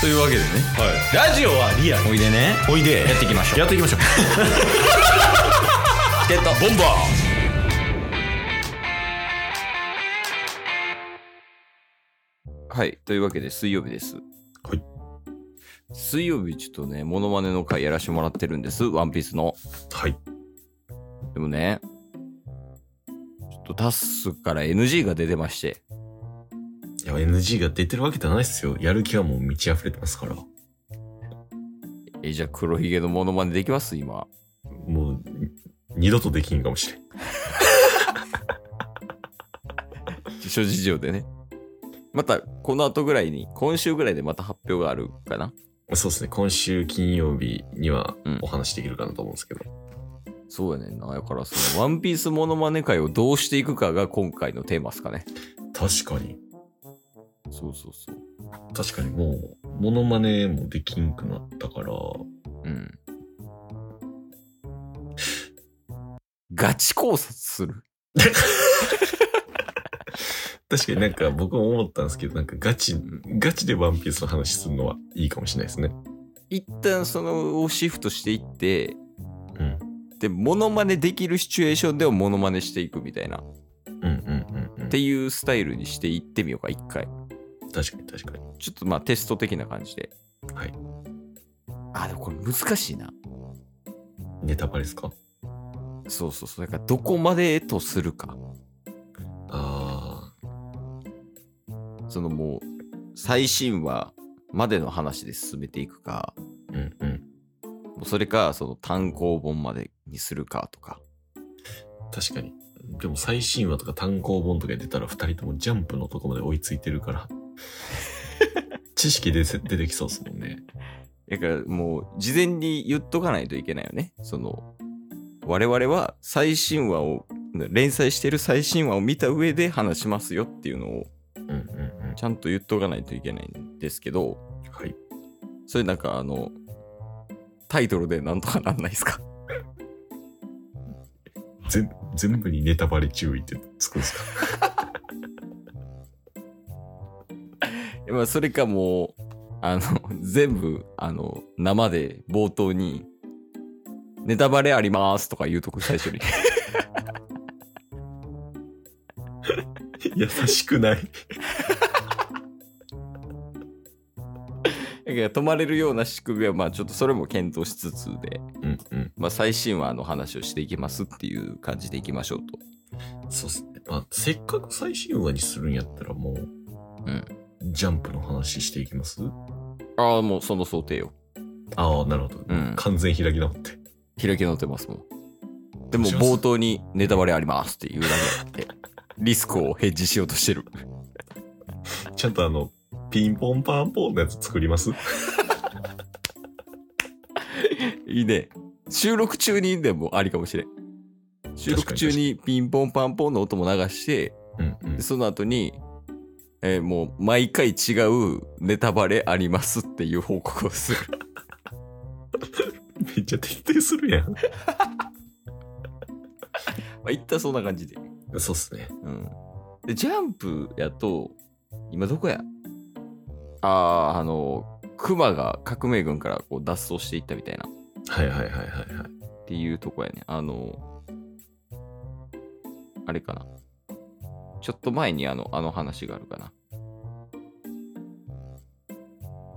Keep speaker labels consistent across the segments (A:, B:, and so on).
A: というわけでね
B: ラジオはリアル
A: おいでね
B: おいで
A: やっていきましょう
B: やっていき ましょう
A: チケットボンバーはいというわけで水曜日です
B: はい
A: 水曜日ちょっとねモノマネの回やらしてもらってるんですワンピースの
B: はい
A: でもねちょっとタッスから NG が出てまして
B: いや NG が出てるわけじゃないっすよやる気はもう満ち溢れてますから
A: えじゃあ黒ひげのモノマネできます今
B: もう二度とできんかもしれん
A: 諸事情でねまたこの後ぐらいに今週ぐらいでまた発表があるかな
B: そうですね今週金曜日には
A: うん
B: お話できるかなと思うんですけど、
A: そうやねんなだから そのワンピースモノマネ会をどうしていくかが今回のテーマっすかね
B: 確かに
A: そうそうそう
B: 確かにもうモノマネもできんくなったから
A: うんガチ考察する
B: 確かになんか僕も思ったんですけどなんかガチガチでワンピースの話するのはいいかもしれないですね
A: 一旦そのをシフトしていって
B: うん
A: でモノマネできるシチュエーションでもモノマネしていくみたいなっ
B: うんうんうんうん
A: ていうスタイルにしていってみようか一回
B: 確かに確かに
A: ちょっとまあテスト的な感じで
B: はい
A: あでもこれ難しいな
B: ネタバレですか
A: そうそうそうだからどこまでとするか
B: あ
A: そのもう最新話までの話で進めていくか
B: あうんうん
A: もうそれかその単行本までにするかとか
B: 確かにでも最新話とか単行本とか出たら2人ともジャンプのとこまで追いついてるから 知識でせ出てきそうですもんね
A: だからもう事前に言っとかないといけないよねその我々は最新話を連載してる最新話を見た上で話しますよっていうのを
B: うんうんうん
A: ちゃんと言っとかないといけないんですけど
B: はい
A: それなんかあのタイトルでなんとかなんないですか
B: 全全部にネタバレ注意ってつくんですか
A: まあそれかもうあの 全部あの生で冒頭に「ネタバレあります」とか言うとこ最初 に
B: 優しくない
A: だから止まれるような仕組みはまあちょっとそれも検討しつつで、
B: うんうん
A: まあ、最新話の話をしていきますっていう感じでいきましょうと
B: そうっすね、まあ、せっかく最新話にするんやったらもう、
A: うん
B: ジャンプの話していきます
A: ああもうその想定を
B: ああなるほど、
A: うん
B: 完全開き直って
A: 開き直ってますもんでも
B: します
A: 冒頭に「ネタバレあります」って言うだけあってリスクをヘッジしようとしてる
B: ちゃんとあのピンポンパンポンのやつ作ります
A: いいね。収録中にでもありかもしれん。収録中にピンポンパンポンの音も流して、
B: うんうん
A: でその後に、えーもう毎回違うネタバレありますっていう報告をする。
B: めっちゃ徹底するやん
A: まあ、一旦そんな感じで。
B: そうっすね。
A: うん。で、ジャンプやと、今どこやあー、あの、熊が革命軍からこう脱走していったみたいな。
B: はいはいはいはいはい。
A: っていうとこやね。あの、あれかな。ちょっと前にあの、あの話があるかな。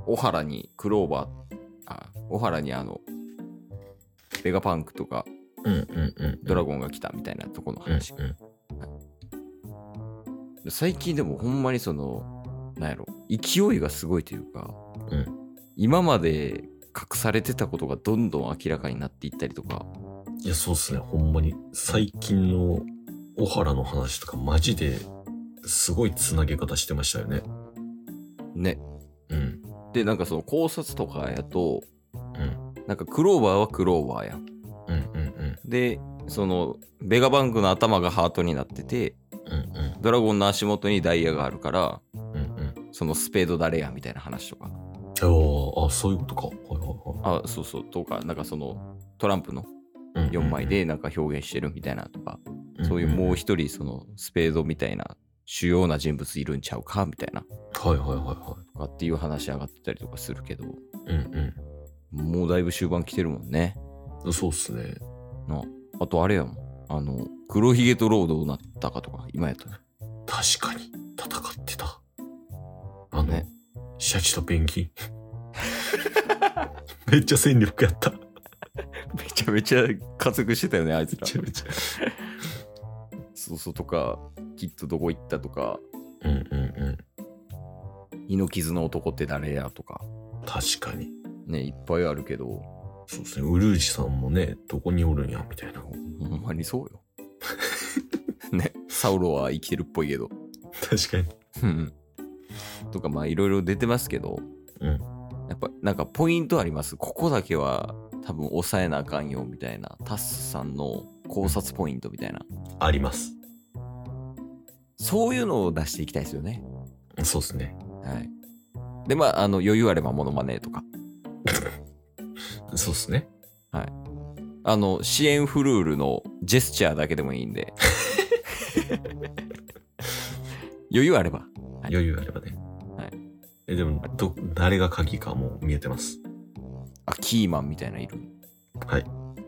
A: 小原にクローバー、あ、小原にあの、ベガパンクとか
B: うんうんうん。
A: ドラゴンが来たみたいなとこの
B: うん
A: 話。最近でもほんまにその、なんやろ、勢いがすごいというか、
B: うん
A: 今まで隠されてたことがどんどん明らかになっていったりとか、
B: うん。いや、そうっすね。ほんまに。最近の小原の話とか、マジで、すごい繋げ方してましたよね。
A: ね、
B: うん。
A: でなんかその考察とかやと
B: うん。
A: なんかクローバーはクローバーやん
B: うんうんうん。
A: でそのベガバンクの頭がハートになってて
B: うんうん
A: ドラゴンの足元にダイヤがあるから
B: うん
A: そのスペード誰やみたいな話とか
B: うん。おーあ、そういうことか。はいは
A: あそうそうとかなんかそのトランプの
B: いはい。
A: 4枚でなんか表現してるみたいなとか
B: んんん、
A: そういうもう
B: う
A: 一人そのスペードみたいな主要な人物いるんちゃうかみたいな
B: はいはいは
A: とかっていう話上がってたりとかするけど、
B: いはい。うん
A: もうだいぶ終盤来てるもんね。
B: うん。そうっすね。
A: なあとあれやもん。あの、黒ひげとローどうなったかとか、今やと。
B: 確かに、戦ってた。あの、
A: ね
B: シャチとペンギン。 めっちゃ戦力やった。め
A: めちゃめちゃ活躍してたよね、あい つら。
B: ちゃめちゃ。
A: そうそうとか、きっとどこ行ったとか、
B: うんうんうん。
A: 胃の傷の男って誰やとか、
B: 確かに。
A: ね、いっぱいあるけど、
B: そうですね。ウルージさんもね、どこにおるんや、みたいな。
A: ほんまにそう よ。ね、サウロは生きてるっぽいけど。
B: 確か
A: う
B: に。
A: んとかまあいろいろ出てますけど、
B: うん
A: やっぱなんかポイントありますここだけは多分抑えなあかんよみたいなタッスさんの考察ポイントみたいな
B: あります。
A: そういうのを出していきたいですよね
B: そうですね。
A: はいでまああの余裕あればモノマネとか
B: そうですね。
A: あの支援フルールのジェスチャーだけでもいいん で余裕あればはい
B: 余裕あればね。
A: はい。
B: え、でも、ど、誰が鍵かもう見えてます。
A: あキーマンみたいないる
B: はい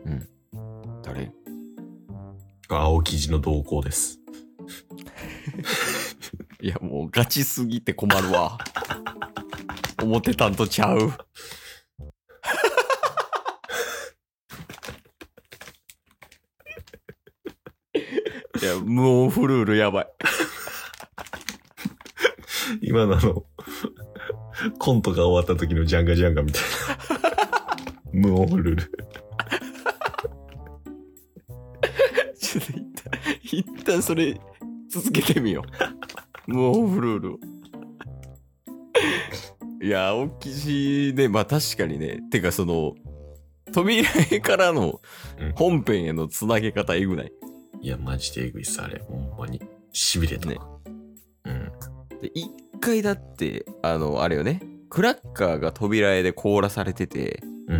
A: うん誰
B: 青生地の動向です。
A: いや、もうガチすぎて困る わ。思ってたんとちゃう。いや、無音フルールやばい。
B: 今のあの、 コントが終わった時のジャンガジャンガみたい な。無音ルール。
A: ちょっと一旦、一旦それ続けてみよう。無音フルールを。いや、青生地ね、まあ確かにね。てかその、扉絵からの本編へのつなげ方えぐない。
B: いや、マジでえぐいっす、あれ。ほんまに。痺れた。
A: ね
B: うん。
A: で一回だってあのあれよねクラッカーが扉絵で凍らされてて
B: うんう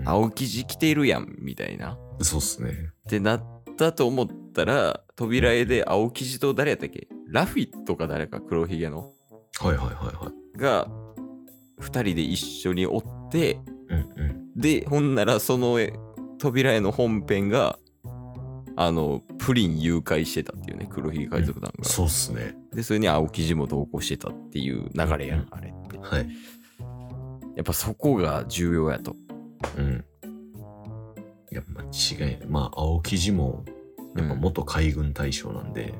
B: んうん、
A: 青生地着てるやんみたいなっ
B: うん。そうっすね。
A: てなったと思ったら扉絵で青生地と誰やったっけラフィットか誰か黒ひげの
B: はいはいはいはい。
A: が2人で一緒におって
B: うんうん。
A: でほんならその絵扉絵の本編があのプリン誘拐してたっていうね黒ひげ海賊団が、
B: そうっすね。
A: でそれに青生地も同行してたっていう流れやんあれって
B: はい。
A: やっぱそこが重要やと
B: うん。いや、間違いない。まあ、青生地も、やっぱ元海軍大将なんで、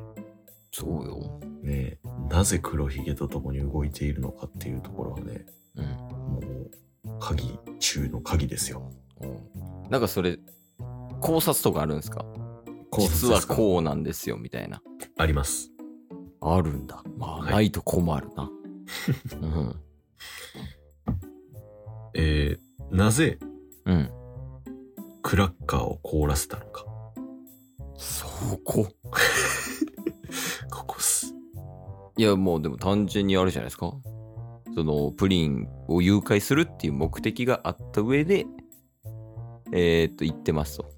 A: そうよ。
B: ね、なぜ黒ひげと共に動いているのかっていうところはね、
A: うん。
B: もう、鍵中の鍵ですよ。
A: なんかそれ、考察とかあるんですか実はこうなんですよ、みたいな。
B: う。あります。
A: あるんだ。まあ、
B: はい
A: ないと困る な。うん。
B: えー、なぜ
A: うん。
B: クラッカーを凍らせたのか。
A: そこ。
B: ここっす。
A: いや、もうでも単純にあるじゃないですか。その、プリンを誘拐するっていう目的があった上で、えーっと、言ってますと。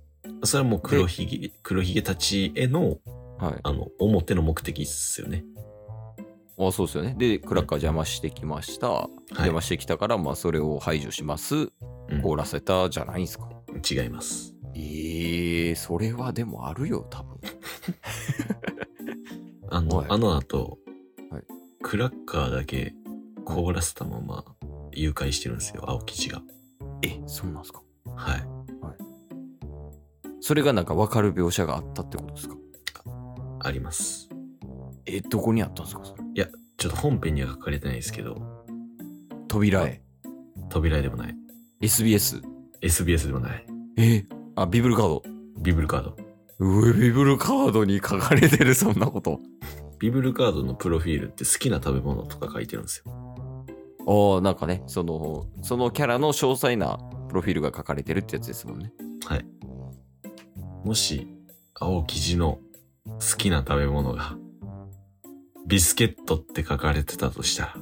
B: それはもう黒ひげ、黒ひげたちへの、
A: はい。
B: あの、表の目的っすよね。
A: あ、そうですよね。で、クラッカー邪魔してきました。
B: はい
A: 邪魔してきたから、まあ、それを排除します。
B: うん
A: 凍らせたじゃないんですか。
B: 違います。
A: ええそれはでもあるよ、多分。
B: あの、
A: はい
B: あの後、
A: はい
B: クラッカーだけ凍らせたまま誘拐してるんですよ、青生地が。
A: え、そうなんですか
B: はい。
A: それがなんか分かる描写があったってことですか
B: あります。
A: え、どこにあったんですかそれ
B: ちょっと本編には書かれてないですけど、
A: 扉絵。
B: 扉絵でもない、
A: SBS。
B: SBS でもない、
A: えあ、ビブルカード。
B: ビブルカード。
A: うえ、ビブルカードに書かれてる、そんなこと。
B: ビブルカードのプロフィールって好きな食べ物とか書いてるんですよ。
A: ああ、なんかね、その、そのキャラの詳細なプロフィールが書かれてるってやつですもんね。
B: はい。もし、青生地の好きな食べ物が、ビスケットって書かれてたとしたら、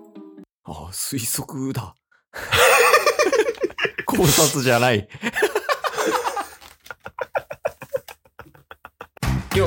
A: ああ、推測だ。 考察じゃない。 今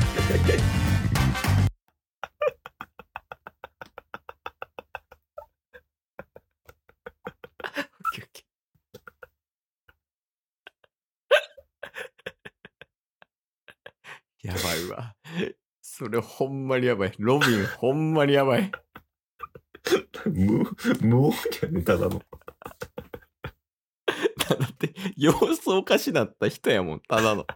C: す
A: やばいわ。それほんまにやばい。ロビンほんまにや ばい。
B: 無、無音やね、ただの。
A: だって、様子おかしなった人やもん、ただの。